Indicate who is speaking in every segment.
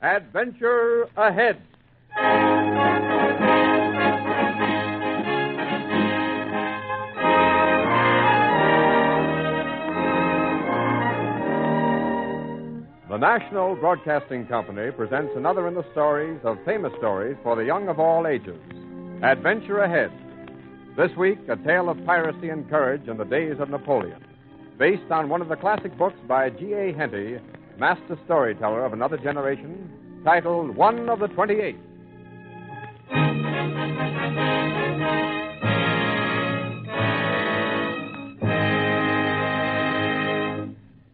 Speaker 1: Adventure ahead. The National Broadcasting Company presents another in the stories of famous stories for the young of all ages Adventure Ahead. This week, a tale of piracy and courage in the days of Napoleon, based on one of the classic books by G.A. Henty, master storyteller of another generation, titled One of the Twenty Eight.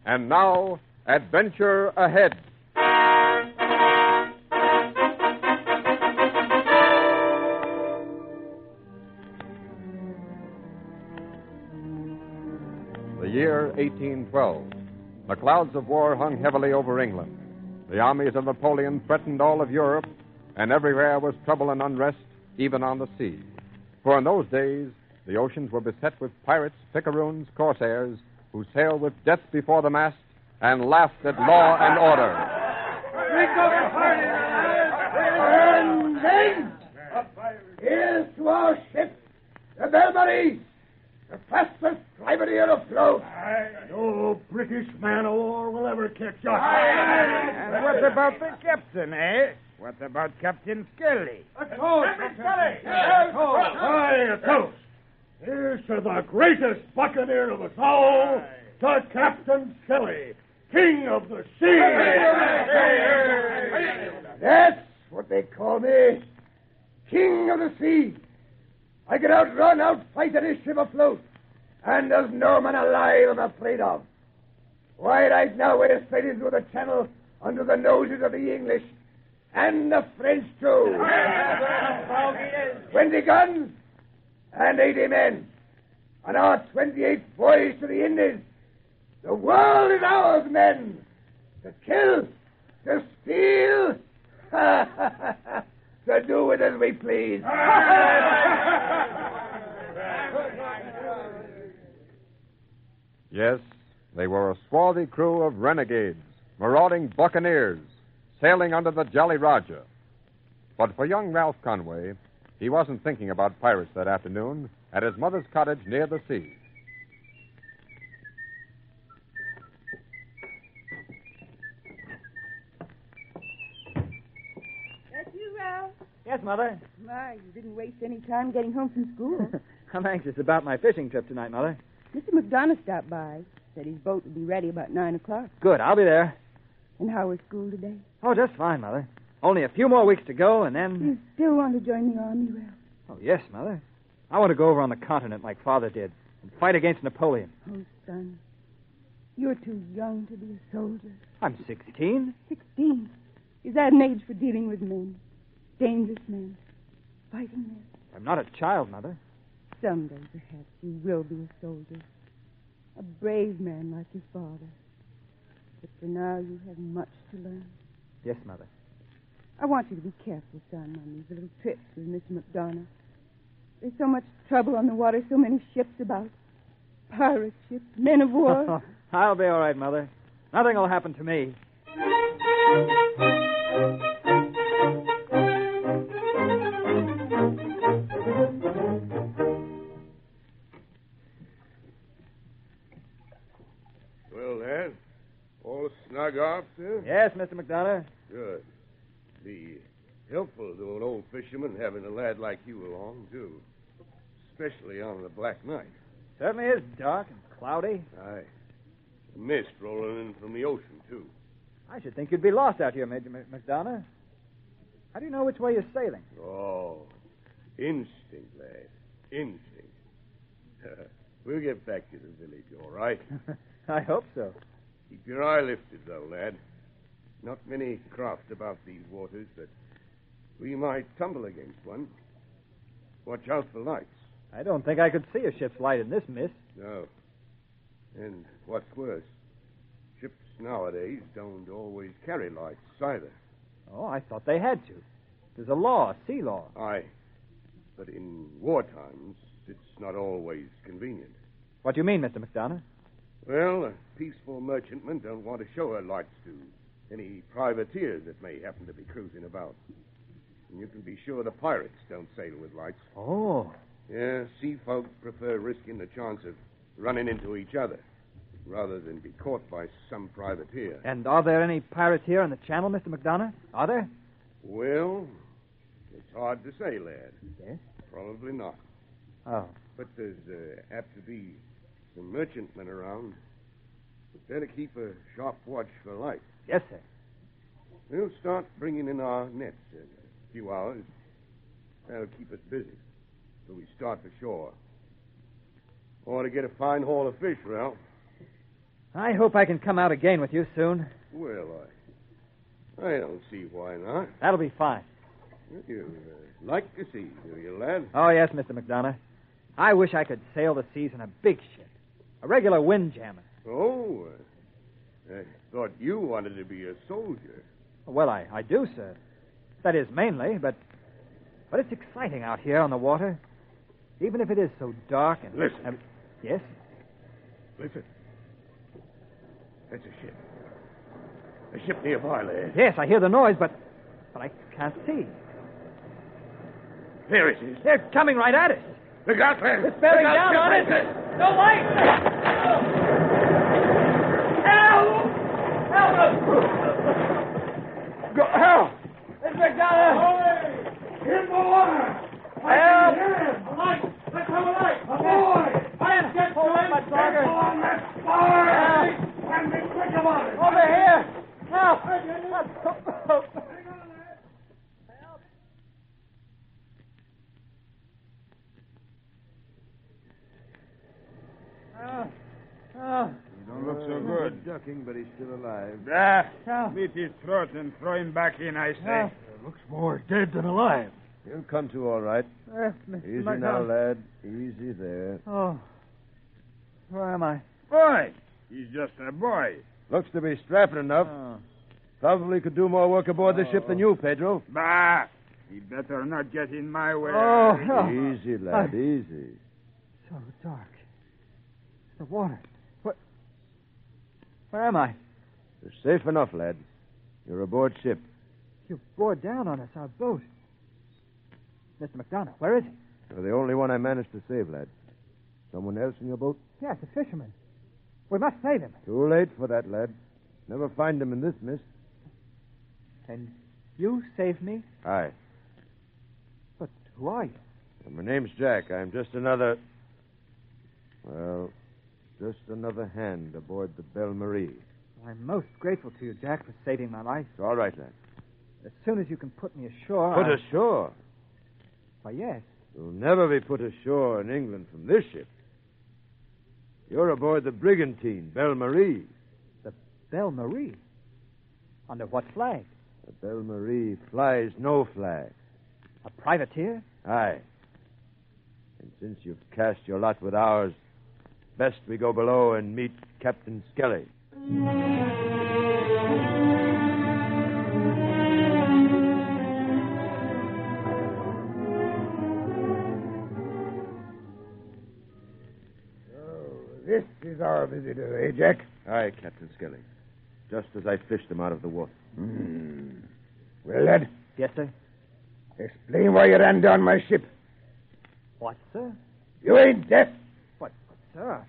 Speaker 1: And now, Adventure Ahead. The year 1812. The clouds of war hung heavily over England. The armies of Napoleon threatened all of Europe, and everywhere was trouble and unrest, even on the sea. For in those days, the oceans were beset with pirates, picaroons, corsairs, who sailed with death before the mast and laughed at law and order.
Speaker 2: Drink up the party,
Speaker 3: And then, here's to our ship, the Belmarie, the fastest privateer afloat.
Speaker 2: No British man o' war will ever catch us.
Speaker 4: And what about the captain, eh? What about Captain Skelly?
Speaker 2: A toast,
Speaker 3: A toast.
Speaker 2: Aye, a toast. Here's to the greatest buccaneer of us all, to Captain Shelley, King of the Sea.
Speaker 3: That's what they call me, King of the Sea. I can outrun, outfight any ship afloat, and there's no man alive I'm afraid of. Why, right now we're straight into the channel under the noses of the English and the French too. Twenty guns and eighty men, and our twenty-eight boys to the Indies. The world is ours, men. To kill, to steal, to do with as we please.
Speaker 1: Yes, they were a swarthy crew of renegades, marauding buccaneers, sailing under the Jolly Roger. But for young Ralph Conway, he wasn't thinking about pirates that afternoon at his mother's cottage near the sea.
Speaker 5: That you, Ralph?
Speaker 4: Yes, Mother.
Speaker 5: My, you didn't waste any time getting home from school.
Speaker 4: I'm anxious about my fishing trip tonight, Mother.
Speaker 5: Mr. McDonough stopped by. Said his boat would be ready about nine o'clock.
Speaker 4: Good, I'll be there.
Speaker 5: And how was school today?
Speaker 4: Oh, just fine, Mother. Only a few more weeks to go, and
Speaker 5: You
Speaker 4: then.
Speaker 5: still want to join the army, Ralph?
Speaker 4: Oh, yes, Mother. I want to go over on the continent like Father did and fight against Napoleon.
Speaker 5: Oh, son, you're too young to be a soldier.
Speaker 4: I'm 16.
Speaker 5: Sixteen. Is that an age for dealing with men? Dangerous men. Fighting men.
Speaker 4: I'm not a child, Mother.
Speaker 5: Someday, perhaps, you will be a soldier. A brave man like your father. But for now, you have much to learn.
Speaker 4: Yes, Mother.
Speaker 5: I want you to be careful, son, on these little trips with Mr. McDonough. There's so much trouble on the water, so many ships about. Pirate ships, men of war.
Speaker 4: I'll be all right, Mother. Nothing will happen to me.
Speaker 6: Well, lad, all snug off there?
Speaker 4: Yes, Mr. McDonough.
Speaker 6: Good. Be helpful to an old fisherman having a lad like you along, too. Especially on the black night.
Speaker 4: Certainly is dark and cloudy.
Speaker 6: Aye. The mist rolling in from the ocean, too.
Speaker 4: I should think you'd be lost out here, Major Mc- McDonough. How do you know which way you're sailing?
Speaker 6: Oh, instinct, lad. Instinct. we'll get back to the village, all right?
Speaker 4: I hope so.
Speaker 6: Keep your eye lifted, though, lad. Not many craft about these waters, but we might tumble against one. Watch out for lights.
Speaker 4: I don't think I could see a ship's light in this mist.
Speaker 6: No. And what's worse, ships nowadays don't always carry lights either.
Speaker 4: Oh, I thought they had to. There's a law, a sea law.
Speaker 6: Aye. But in war times, it's not always convenient.
Speaker 4: What do you mean, Mr. McDonough?
Speaker 6: Well, a peaceful merchantman don't want to show her lights to
Speaker 7: any privateers that may happen to be cruising about. And you can be sure the pirates don't sail with lights.
Speaker 4: Oh.
Speaker 7: Yeah, sea folk prefer risking the chance of running into each other rather than be caught by some privateer.
Speaker 4: And are there any pirates here in the channel, Mr. McDonough? Are there?
Speaker 7: Well, it's hard to say, lad.
Speaker 4: Yes?
Speaker 7: Probably not.
Speaker 4: Oh.
Speaker 7: But there's uh, apt to be some merchantmen around. Better keep a sharp watch for light.
Speaker 4: Yes, sir.
Speaker 7: We'll start bringing in our nets in a few hours. That'll keep us busy till we start for shore. Ought to get a fine haul of fish, Ralph.
Speaker 4: I hope I can come out again with you soon.
Speaker 7: Well, I, I don't see why not.
Speaker 4: That'll be fine.
Speaker 7: You uh, like the sea, do you, lad?
Speaker 4: Oh, yes, Mr. McDonough. I wish I could sail the seas in a big ship, a regular windjammer.
Speaker 7: Oh, uh, I thought you wanted to be a soldier.
Speaker 4: Well, I, I do, sir. That is mainly, but but it's exciting out here on the water, even if it is so dark and.
Speaker 7: Listen.
Speaker 4: and- yes.
Speaker 7: Listen. That's a ship. A ship nearby, lad.
Speaker 4: Yes, I hear the noise, but but I can't see.
Speaker 7: There it is.
Speaker 4: They're coming right at us.
Speaker 7: Look out, lad.
Speaker 4: It's bearing
Speaker 7: Look out,
Speaker 4: down on
Speaker 7: ship.
Speaker 4: us. No light.
Speaker 7: Go, help!
Speaker 4: Mr. McDonough.
Speaker 2: In the water! I
Speaker 4: Help!
Speaker 2: can hear him! Light! Let's have a light! Ahoy! Let's get to him!
Speaker 4: my dagger.
Speaker 2: Get on that fire! And be quick about it!
Speaker 4: Over here. Help. Help. Oh, oh.
Speaker 8: He don't look so good.
Speaker 7: Ducking, but he's still alive.
Speaker 8: Ah,
Speaker 4: Oh.
Speaker 8: meet his throat and throw him back in, I say.
Speaker 7: Ah.
Speaker 4: Yeah.
Speaker 2: Looks more dead than alive.
Speaker 7: He'll come to all right.
Speaker 4: Uh, Mr. McDonough.
Speaker 7: lad. Easy there.
Speaker 4: Oh. Where am I?
Speaker 8: Boy, he's just a boy.
Speaker 7: Looks to be strapping enough.
Speaker 4: Oh.
Speaker 7: Probably could do more work aboard the ship than you, Pedro.
Speaker 8: Bah, he better not get in my way.
Speaker 4: Oh, no.
Speaker 7: Easy,
Speaker 4: lad,
Speaker 7: easy.
Speaker 4: So dark. The water. What? Where am I?
Speaker 7: You're safe enough, lad. You're aboard ship.
Speaker 4: You bore down on us, our boat. Mr. McDonough, where is he?
Speaker 7: You're the only one I managed to save, lad. Someone else in your boat?
Speaker 4: Yes, a fisherman. We must save him.
Speaker 7: Too late for that, lad. Never find him in this mist.
Speaker 4: And you saved me?
Speaker 7: Aye.
Speaker 4: But who are you?
Speaker 7: My name's Jack. I'm just another. Well, just another hand aboard the Belle Marie.
Speaker 4: I'm most grateful to you, Jack, for saving my life.
Speaker 7: It's all right, lad.
Speaker 4: As soon as you can put me ashore.
Speaker 7: Put
Speaker 4: I'll-
Speaker 7: ashore.
Speaker 4: Why, yes.
Speaker 7: You'll never be put ashore in England from this ship. You're aboard the brigantine Belle Marie.
Speaker 4: Belle Marie. Under what flag?
Speaker 7: The Belle Marie flies no flag.
Speaker 4: A privateer?
Speaker 7: Aye. And since you've cast your lot with ours, best we go below and meet Captain Skelly.
Speaker 3: So this is our visitor, eh, Jack?
Speaker 7: Aye, Captain Skelly. Just as I fished him out of the water.
Speaker 3: Hmm. Well, lad,
Speaker 4: Yes, sir.
Speaker 3: explain why you ran down my ship.
Speaker 4: What, sir?
Speaker 3: You ain't deaf.
Speaker 4: What, what, sir?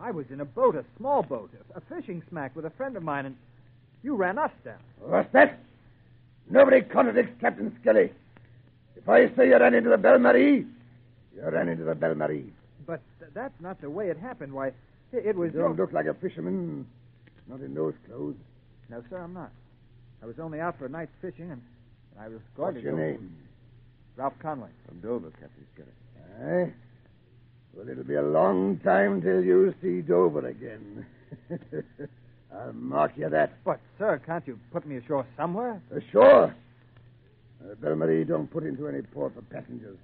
Speaker 4: I was in a boat, a small boat, a, a fishing smack with a friend of mine, and you ran us down.
Speaker 3: What's that? Nobody contradicts Captain Skelly. If I say you ran into the Belle Marie, you ran into the Belle Marie.
Speaker 4: But th- that's not the way it happened. Why, it, it was.
Speaker 3: You don't look like a fisherman. Not in those clothes.
Speaker 4: No, sir, I'm not. I was only out for a night's fishing, and, and I was going
Speaker 3: What's
Speaker 4: to
Speaker 3: your
Speaker 4: go-
Speaker 3: name?
Speaker 4: Ralph Conway.
Speaker 7: From Dover, Captain Skelly.
Speaker 3: Aye. Eh? Well, it'll be a long time till you see Dover again. I'll mark you that.
Speaker 4: But, sir, can't you put me ashore somewhere?
Speaker 3: Ashore. Uh, Belle Marie don't put into any port for passengers.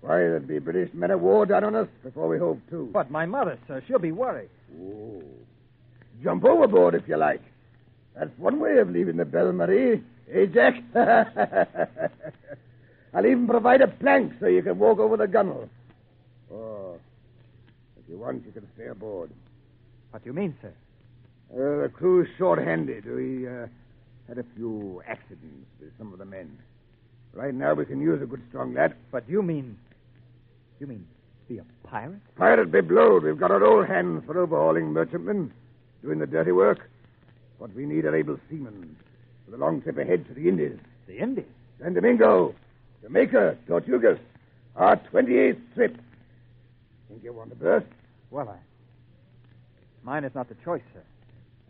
Speaker 3: Why, there'd be British men of war down on us before we hove to.
Speaker 4: But my mother, sir, she'll be worried.
Speaker 3: Oh. Jump overboard if you like. That's one way of leaving the Belle Marie, eh, Jack? I'll even provide a plank so you can walk over the gunwale. Oh, if you want, you can stay aboard.
Speaker 4: What do you mean, sir?
Speaker 3: Uh, the crew's short-handed. We uh, Had a few accidents with some of the men. Right now, we can use a good strong lad.
Speaker 4: But you mean. You mean be a pirate?
Speaker 3: Pirate be blowed. We've got our old hands for overhauling merchantmen, doing the dirty work. What we need are able seamen for the long trip ahead to the Indies.
Speaker 4: The Indies?
Speaker 3: San Domingo, Jamaica, Tortugas, our 28th trip. Think you want a berth?
Speaker 4: Well, I. Mine is not the choice, sir.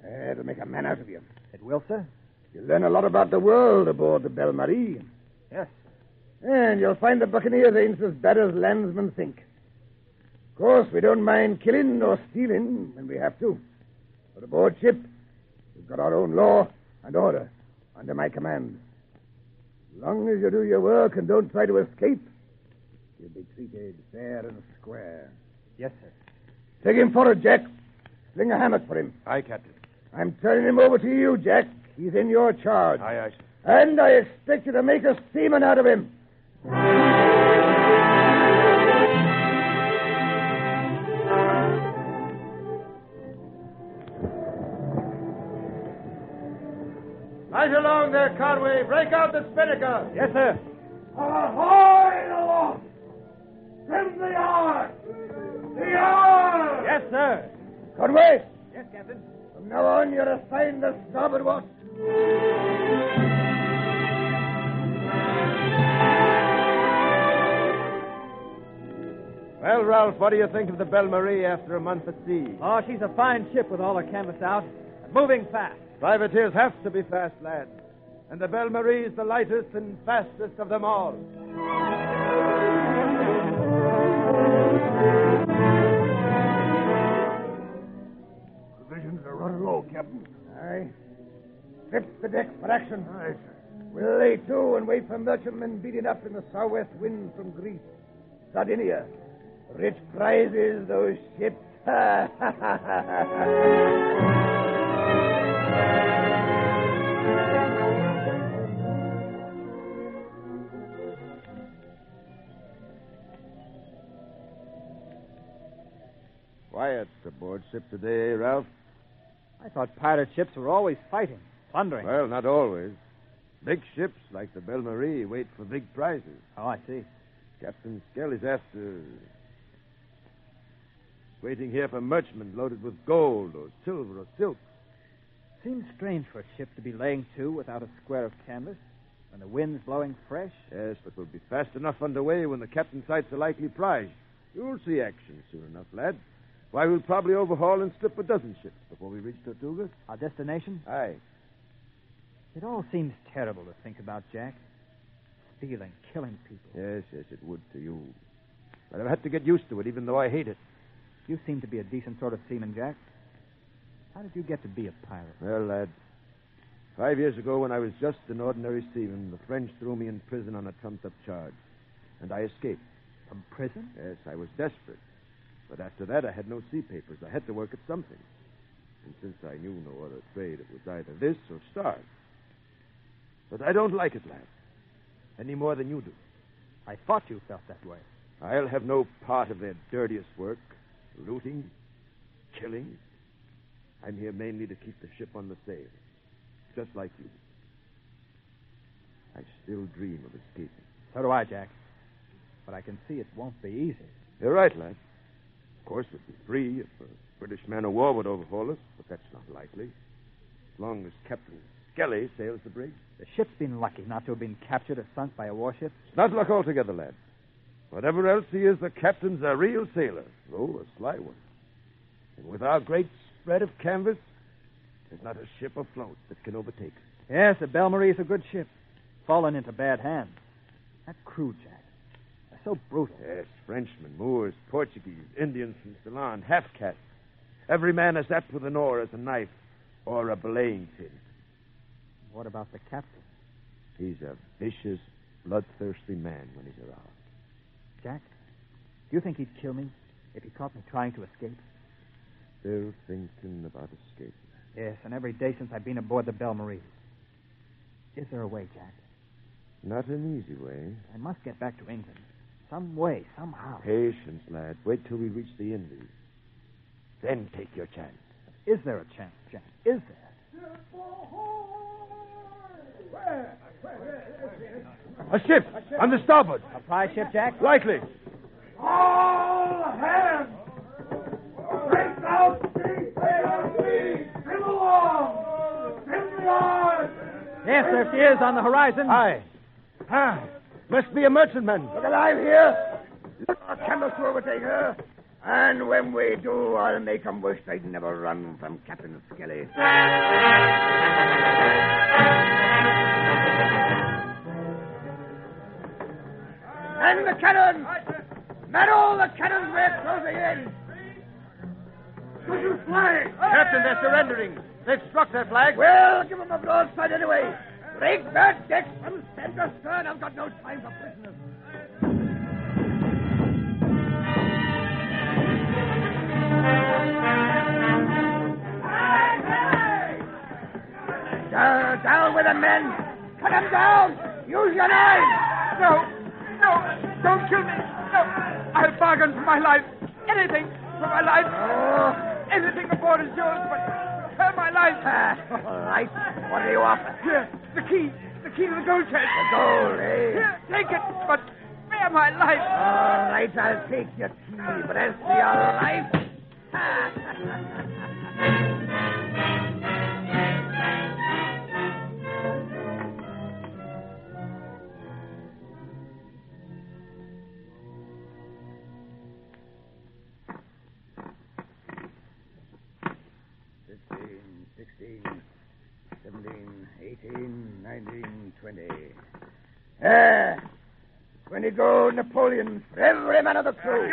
Speaker 3: Eh, It'll make a man out of you.
Speaker 4: It will, sir?
Speaker 3: You'll learn a lot about the world aboard the Belle Marie.
Speaker 4: Yes.
Speaker 3: And you'll find the buccaneers ain't as bad as landsmen think. Of course, we don't mind killing or stealing when we have to. But aboard ship, we've got our own law and order under my command. Long as you do your work and don't try to escape, you'll be treated fair and square.
Speaker 4: Yes, sir.
Speaker 3: Take him forward, Jack. Sling a hammock for him.
Speaker 7: Aye, Captain.
Speaker 3: I'm turning him over to you, Jack. He's in your charge.
Speaker 7: Aye, aye, sir.
Speaker 3: And I expect you to make a seaman out of him.
Speaker 7: Right along there, Conway. Break out the spinnaker.
Speaker 4: Yes, sir.
Speaker 2: Ahoy, the law! Trim the yard! The yard!
Speaker 4: Yes, sir.
Speaker 3: Conway,
Speaker 4: Yes, Captain.
Speaker 3: from now on you're assigned the starboard watch.
Speaker 7: Well, Ralph, what do you think of the Belle Marie after a month at sea?
Speaker 4: Oh, she's a fine ship with all her canvas out. and Moving fast.
Speaker 7: Privateers have to be fast, lads. And the Belle Marie is the lightest and fastest of them all.
Speaker 3: Provisions are running low, Captain. Aye. Strip the deck for action. Aye, sir. We'll lay to and wait for merchantmen beating up in the southwest wind from Greece, Sardinia. Rich prizes, those ships. Ha, ha, ha, ha, ha.
Speaker 7: Quiet aboard ship today, eh, Ralph?
Speaker 4: I thought pirate ships were always fighting, plundering.
Speaker 7: Well, not always. Big ships like the Belle Marie wait for big prizes.
Speaker 4: Oh, I see.
Speaker 7: Captain Skelly's after. Waiting here for merchantmen loaded with gold or silver or silk.
Speaker 4: Seems strange for a ship to be laying to without a square of canvas when the wind's blowing fresh.
Speaker 7: Yes, but we'll be fast enough underway when the captain sights a likely prize. You'll see action soon enough, lad. Why, we'll probably overhaul and strip a dozen ships before we reach Tortuga.
Speaker 4: Our destination?
Speaker 7: Aye.
Speaker 4: It all seems terrible to think about, Jack. Stealing, killing people.
Speaker 7: Yes, yes, it would to you. But I've had to get used to it, even though I hate it.
Speaker 4: You seem to be a decent sort of seaman, Jack. How did you get to be a pirate?
Speaker 7: Well, lad, five years ago, when I was just an ordinary seaman, the French threw me in prison on a trumped up charge. And I escaped.
Speaker 4: From prison?
Speaker 7: Yes, I was desperate. But after that, I had no sea papers. I had to work at something. And since I knew no other trade, it was either this or starve. But I don't like it, lad, any more than you do.
Speaker 4: I thought you felt that way.
Speaker 7: I'll have no part of their dirtiest work looting, killing. I'm here mainly to keep the ship on the sail, just like you. I still dream of escaping.
Speaker 4: So do I, Jack. But I can see it won't be easy.
Speaker 7: You're right, lad. Of course, we'd be free if a British man of war would overhaul us, but that's not likely. As long as Captain Skelly sails the brig.
Speaker 4: The ship's been lucky not to have been captured or sunk by a warship.
Speaker 7: It's not luck altogether, lad. Whatever else he is, the captain's a real sailor, though a sly one. And with our great spread of canvas, there's not a ship afloat that can overtake us.
Speaker 4: Yes, the Belle Marie is a good ship. Fallen into bad hands. That crew, Jack. They're so brutal.
Speaker 7: Yes, Frenchmen, Moors, Portuguese, Indians from Ceylon, half castes. Every man is apt with an oar as a knife or a belaying pin.
Speaker 4: What about the captain?
Speaker 7: He's a vicious, bloodthirsty man when he's aroused.
Speaker 4: Jack, do you think he'd kill me if he caught me trying to escape?
Speaker 7: Still thinking about escape.
Speaker 4: Yes, and every day since I've been aboard the Belle Marie. Is there a way, Jack?
Speaker 7: Not an easy way.
Speaker 4: I must get back to England. Some way, somehow.
Speaker 7: Patience, lad. Wait till we reach the Indies. Then take your chance.
Speaker 4: Is there a chance, Jack? Is there?
Speaker 2: Ship ahoy!
Speaker 7: A ship on the starboard.
Speaker 4: A pie ship, Jack?
Speaker 7: Likely.
Speaker 3: All hands! Break out, sea sail, sea! Trim along! Trim the yard!
Speaker 4: Yes, there she is on the horizon.
Speaker 7: Aye. Ah, must be a merchantman.
Speaker 3: Look alive here! Our canvas will overtake her. And when we do, I'll make 'em wish they'd never run from Captain Skelly. And the cannon! Met all the cannons we're closing in! Put your flag!
Speaker 7: Captain, they're surrendering. They've struck their flag.
Speaker 3: Well, give 'em a broadside anyway. Break that deck from stem to stern. I've got no time for prisoners. Down, down with 'em, men! Cut 'em down! Use your knives!
Speaker 2: No, no, don't kill me. No, I'll bargain for my life. Anything for my life.
Speaker 3: Oh,
Speaker 2: Anything aboard is yours, but for my life.
Speaker 3: all right. What do you offer?
Speaker 2: Here, the key, the key to the gold chest.
Speaker 3: The gold, eh?
Speaker 2: Here, take it, but spare my life.
Speaker 3: All right, I'll take your key, but as for your life.
Speaker 2: Fifteen, sixteen, seventeen, eighteen, nineteen, twenty. Ah.
Speaker 3: There. Twenty gold Napoleons for every man of the crew.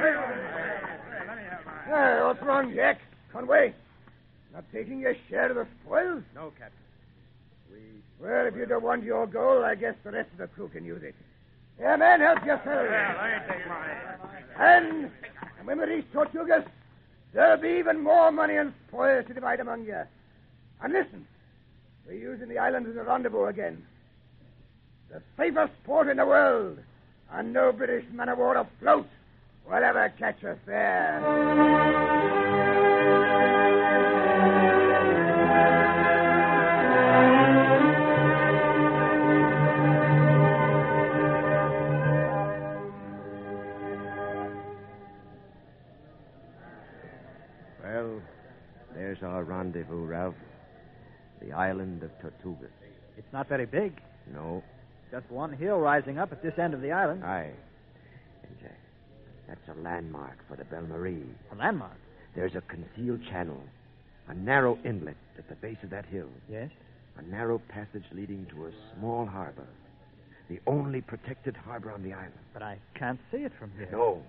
Speaker 3: Hey, what's wrong, Jack? Conway? Not taking your share of the spoils?
Speaker 2: No, Captain. We
Speaker 3: Well, if you don't want your gold, I guess the rest of the crew can use it. Yeah, men, help yourselves. And, and when we reach Tortugas, there'll be even more money and spoils to divide among you. And listen, we're using the island as a rendezvous again. The safest port in the world, and no British man of war afloat will ever catch us there.
Speaker 9: Well, there's our rendezvous, Ralph. The island of Tortugas.
Speaker 4: It's not very big.
Speaker 9: No,
Speaker 4: Just one hill rising up at this end of the island.
Speaker 9: aye. And Jack, that's a landmark for the Belle Marie.
Speaker 4: A landmark.
Speaker 9: There's a concealed channel, a narrow inlet at the base of that hill,
Speaker 4: Yes.
Speaker 9: a narrow passage leading to a small harbor, the only protected harbor on the island.
Speaker 4: But I can't see it from here.
Speaker 9: No.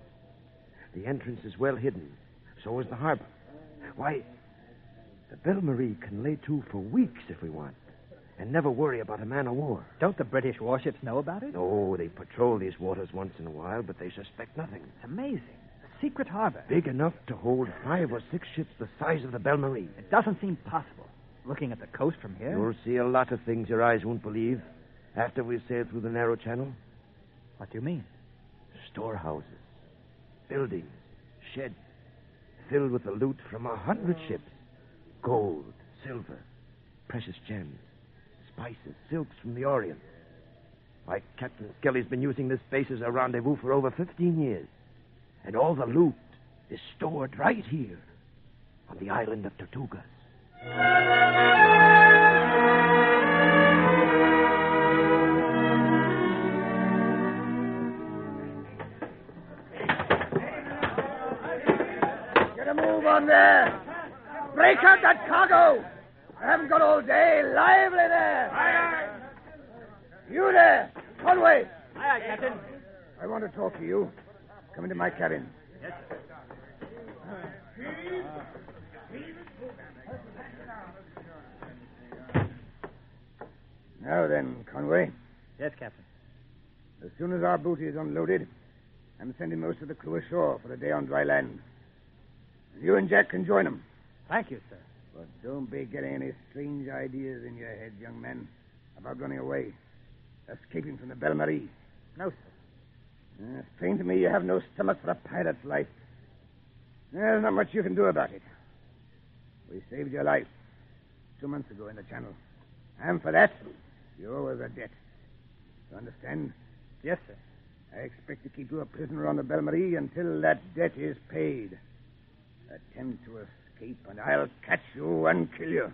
Speaker 9: The entrance is well hidden. So is the harbor. Why, the Belle Marie can lay to for weeks if we want, and never worry about a man of war.
Speaker 4: Don't the British warships know about it?
Speaker 9: No, they patrol these waters once in a while, but they suspect nothing.
Speaker 4: It's amazing. A secret harbor.
Speaker 9: Big enough to hold five or six ships the size of the Belle Marie.
Speaker 4: It doesn't seem possible. Looking at the coast from here.
Speaker 9: You'll see a lot of things your eyes won't believe after we've sailed through the narrow channel.
Speaker 4: What do you mean?
Speaker 9: Storehouses, buildings, sheds, filled with the loot from a hundred ships gold, silver, precious gems, spices, silks from the Orient. Why, Captain Skelly's been using this base as a rendezvous for over 15 years. And all the loot is stored right here on the island of Tortugas.
Speaker 3: Get a move on there. Break out that cargo. I haven't got all day. Lively there. You there, Conway.
Speaker 4: Aye, Captain.
Speaker 3: I want to talk to you. Come into my cabin. Now then, Conway,
Speaker 4: Yes, Captain.
Speaker 3: as soon as our booty is unloaded, I'm sending most of the crew ashore for a day on dry land. You and Jack can join 'em.
Speaker 4: Thank you, sir.
Speaker 3: But don't be getting any strange ideas in your head, young man, about running away, escaping from the Belle Marie.
Speaker 4: No, sir.
Speaker 3: Uh, it's plain to me you have no stomach for a pirate's life. There's not much you can do about it. We saved your life two months ago in the channel. And for that, you owe us a debt. You understand?
Speaker 4: Yes, sir.
Speaker 3: I expect to keep you a prisoner on the Belle Marie until that debt is paid. Attempt to escape, and I'll catch you and kill you.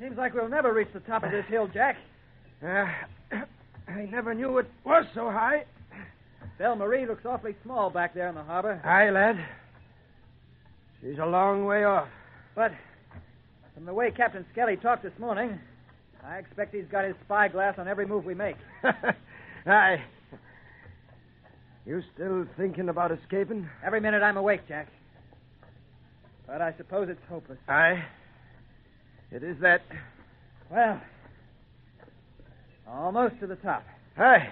Speaker 4: Seems like we'll never reach the top of this hill, Jack.
Speaker 7: Ah, I never knew it was so high.
Speaker 4: Belle Marie looks awfully small back there in the harbor.
Speaker 7: Aye, lad. She's a long way off.
Speaker 4: But from the way Captain Skelly talked this morning, I expect he's got his spyglass on every move we make.
Speaker 7: Aye. You still thinking about escaping?
Speaker 4: Every minute I'm awake, Jack. But I suppose it's hopeless.
Speaker 7: Aye. It is that.
Speaker 4: Well, almost to the top.
Speaker 7: Aye.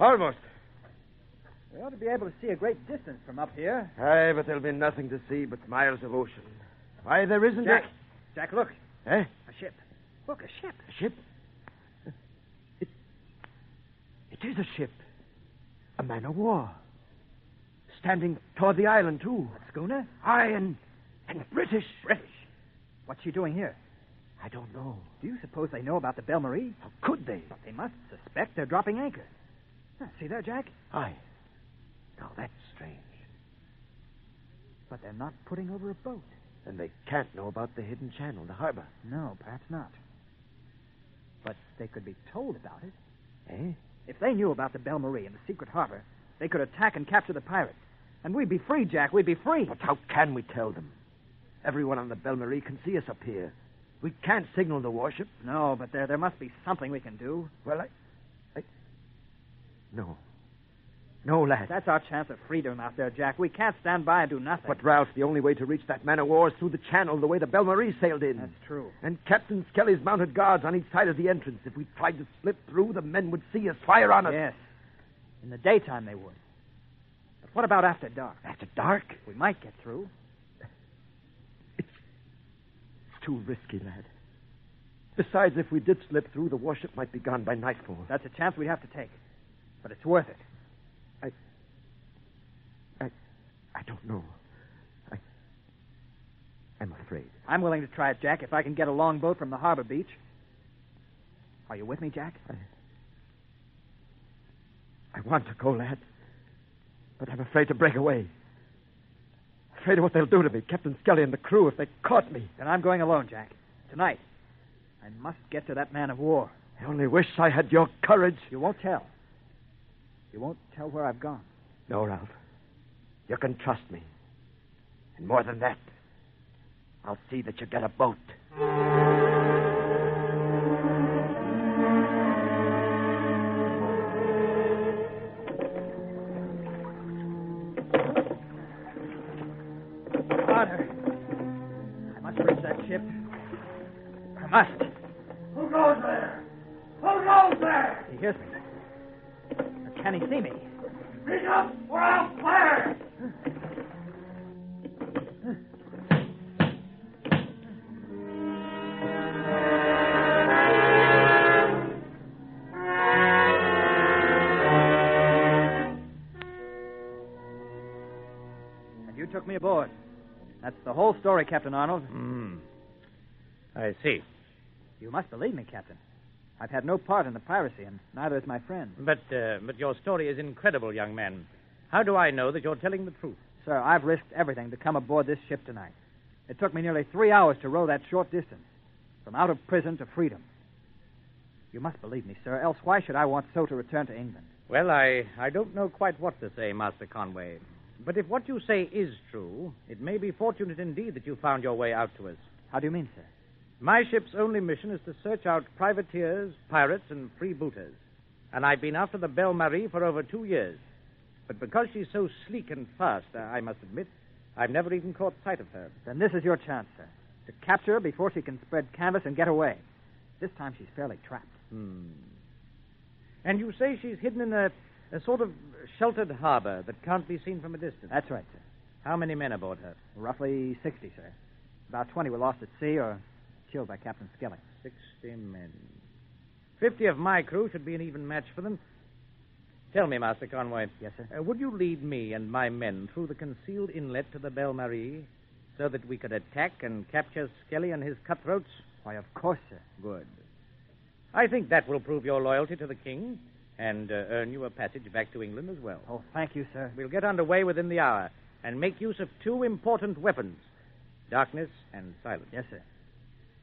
Speaker 7: Almost.
Speaker 4: We ought to be able to see a great distance from up here.
Speaker 7: Aye, but there'll be nothing to see but miles of ocean. Why, there isn't
Speaker 4: Jack, Jack, look.
Speaker 7: a... Eh?
Speaker 4: A ship. Look, a ship.
Speaker 7: A ship? It, it is a ship. A man of war. Standing toward the island, too.
Speaker 4: A schooner?
Speaker 7: Aye, and, and British.
Speaker 4: British. What's she doing here?
Speaker 7: I don't know.
Speaker 4: Do you suppose they know about the Belle Marie?
Speaker 7: How could they?
Speaker 4: But they must suspect they're dropping anchor. Huh, See there, Jack?
Speaker 7: Aye. Now, that's strange.
Speaker 4: But they're not putting over a boat.
Speaker 7: And they can't know about the hidden channel, the harbor.
Speaker 4: No, perhaps not. But they could be told about it.
Speaker 7: Eh?
Speaker 4: If they knew about the Belle Marie and the secret harbor, they could attack and capture the pirates. And we'd be free, Jack. We'd be free.
Speaker 7: But how can we tell them? Everyone on the Belle Marie can see us up here. We can't signal the warship.
Speaker 4: No, but there, there must be something we can do.
Speaker 7: Well, I. I. No. No, lad.
Speaker 4: That's our chance of freedom out there, Jack. We can't stand by and do nothing.
Speaker 7: But, Ralph, the only way to reach that man of war is through the channel, the way the Belle Marie sailed in.
Speaker 4: That's true.
Speaker 7: And Captain Skelly's mounted guards on each side of the entrance. If we tried to slip through, the men would see us, fire on us.
Speaker 4: Yes. In the daytime, they would. But what about after dark?
Speaker 7: After dark?
Speaker 4: We might get through.
Speaker 7: It's too risky, lad. Besides, if we did slip through, the warship might be gone by nightfall.
Speaker 4: That's a chance we'd have to take. But it's worth it.
Speaker 7: I don't know. I. I'm afraid.
Speaker 4: I'm willing to try it, Jack, if I can get a longboat from the harbor beach. Are you with me, Jack?
Speaker 7: I want to go, lad. But I'm afraid to break away. Afraid of what they'll do to me, Captain Skelly and the crew, if they caught me.
Speaker 4: Then I'm going alone, Jack. Tonight. I must get to that man of war.
Speaker 7: I only wish I had your courage.
Speaker 4: You won't tell. You won't tell where I've gone.
Speaker 7: No, Ralph. You can trust me. And more than that, I'll see that you get a boat.
Speaker 4: Honor. I must reach that ship. I must.
Speaker 2: Who goes there? Who goes there?
Speaker 4: He hears me. But can he see me?
Speaker 2: Speak up or I'll fire!
Speaker 4: And you took me aboard. That's the whole story, Captain Arnold.
Speaker 10: Hmm. I see.
Speaker 4: You must believe me, Captain. I've had no part in the piracy, and neither has my friend.
Speaker 10: But uh, but your story is incredible, young man. How do I know that you're telling the truth?
Speaker 4: Sir, I've risked everything to come aboard this ship tonight. It took me nearly three hours to row that short distance, from out of prison to freedom. You must believe me, sir, else why should I want so to return to England?
Speaker 10: Well, I I don't know quite what to say, Master Conway. But if what you say is true, it may be fortunate indeed that you found your way out to us.
Speaker 4: How do you mean, sir?
Speaker 10: My ship's only mission is to search out privateers, pirates, and freebooters. And I've been after the Belle Marie for over two years. But because she's so sleek and fast, I I must admit, I've never even caught sight of her.
Speaker 4: Then this is your chance, sir, to capture her before she can spread canvas and get away. This time she's fairly trapped.
Speaker 10: Hmm. And you say she's hidden in a, a sort of sheltered harbor that can't be seen from a distance.
Speaker 4: That's right, sir.
Speaker 10: How many men aboard her?
Speaker 4: Roughly 60, sir. About 20 were lost at sea or killed by Captain Skelly.
Speaker 10: Sixty men. Fifty of my crew should be an even match for them. Tell me, Master Conway,
Speaker 4: Yes, sir?
Speaker 10: uh, would you lead me and my men through the concealed inlet to the Belle Marie so that we could attack and capture Skelly and his cutthroats?
Speaker 4: Why, of course, sir.
Speaker 10: Good. I think that will prove your loyalty to the king and uh, earn you a passage back to England as well.
Speaker 4: Oh, thank you, sir.
Speaker 10: We'll get underway within the hour and make use of two important weapons darkness and silence.
Speaker 4: Yes, sir.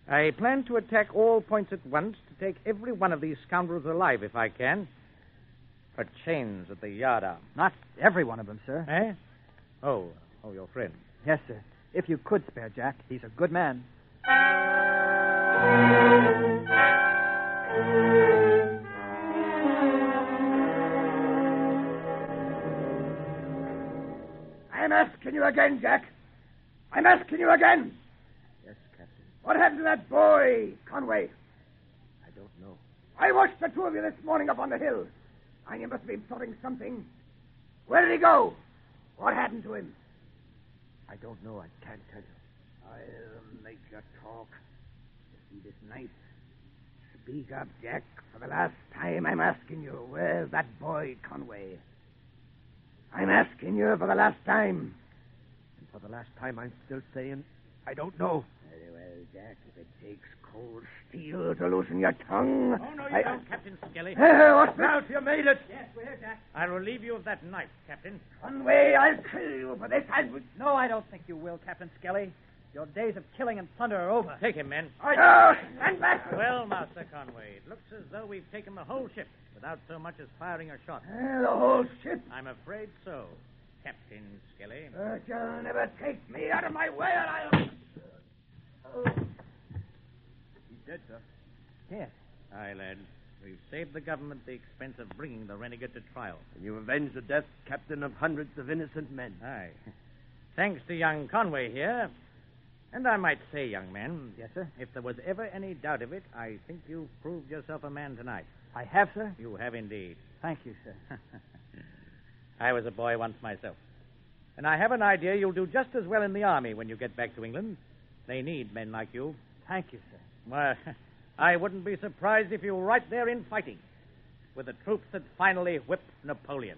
Speaker 10: I plan to attack all points at once to take every one of these scoundrels alive if I can. For chains at the yardarm.
Speaker 4: Not every one of them, sir.
Speaker 10: Eh? Oh, oh, your friend.
Speaker 4: Yes, sir. If you could spare Jack, he's a good man.
Speaker 3: I'm asking you again, Jack. I'm asking you again.
Speaker 10: Yes, Captain.
Speaker 3: What happened to that boy, Conway?
Speaker 10: I don't know.
Speaker 3: I watched the two of you this morning up on the hill. And you must be plotting something. Where did he go? What happened to him?
Speaker 10: I don't know. I can't tell you. I'll make you talk.
Speaker 3: See this knife. Speak up, Jack. For the last time, I'm asking you, where's that boy, Conway? I'm asking you for the last time.
Speaker 10: And for the last time, I'm still saying I don't know.
Speaker 3: Very well, Jack. If it takes cold steel to loosen your tongue.
Speaker 10: Oh, no, you
Speaker 3: I-
Speaker 10: don't, Captain Skelly.
Speaker 3: Hey, what's that?
Speaker 10: you made it. Yes, we're here, Jack. I'll relieve you of that knife, Captain.
Speaker 3: Conway, I'll kill you for this. I would.
Speaker 4: No, I don't think you will, Captain Skelly. Your days of killing and plunder are over.
Speaker 10: Take him, men.
Speaker 3: Oh, stand back.
Speaker 10: Well, Master Conway, it looks as though we've taken the whole ship without so much as firing a shot.
Speaker 3: Ah, the whole ship.
Speaker 10: I'm afraid so, Captain Skelly.
Speaker 3: But you'll never take me out of my way, and I'll.
Speaker 8: He's dead, sir.
Speaker 4: Yes.
Speaker 10: Aye, lad. We've saved the government the expense of bringing the renegade to trial.
Speaker 7: And you avenge the death, captain, of hundreds of innocent men.
Speaker 10: Aye. Thanks to young Conway here. And I might say, young man,
Speaker 4: Yes, sir.
Speaker 10: if there was ever any doubt of it, I think you've proved yourself a man tonight.
Speaker 4: I have, sir.
Speaker 10: You have indeed.
Speaker 4: Thank you, sir.
Speaker 10: I was a boy once myself. And I have an idea you'll do just as well in the army when you get back to England. They need men like you.
Speaker 4: Thank you, sir.
Speaker 10: Well, I wouldn't be surprised if you were right there in fighting with the troops that finally whipped Napoleon.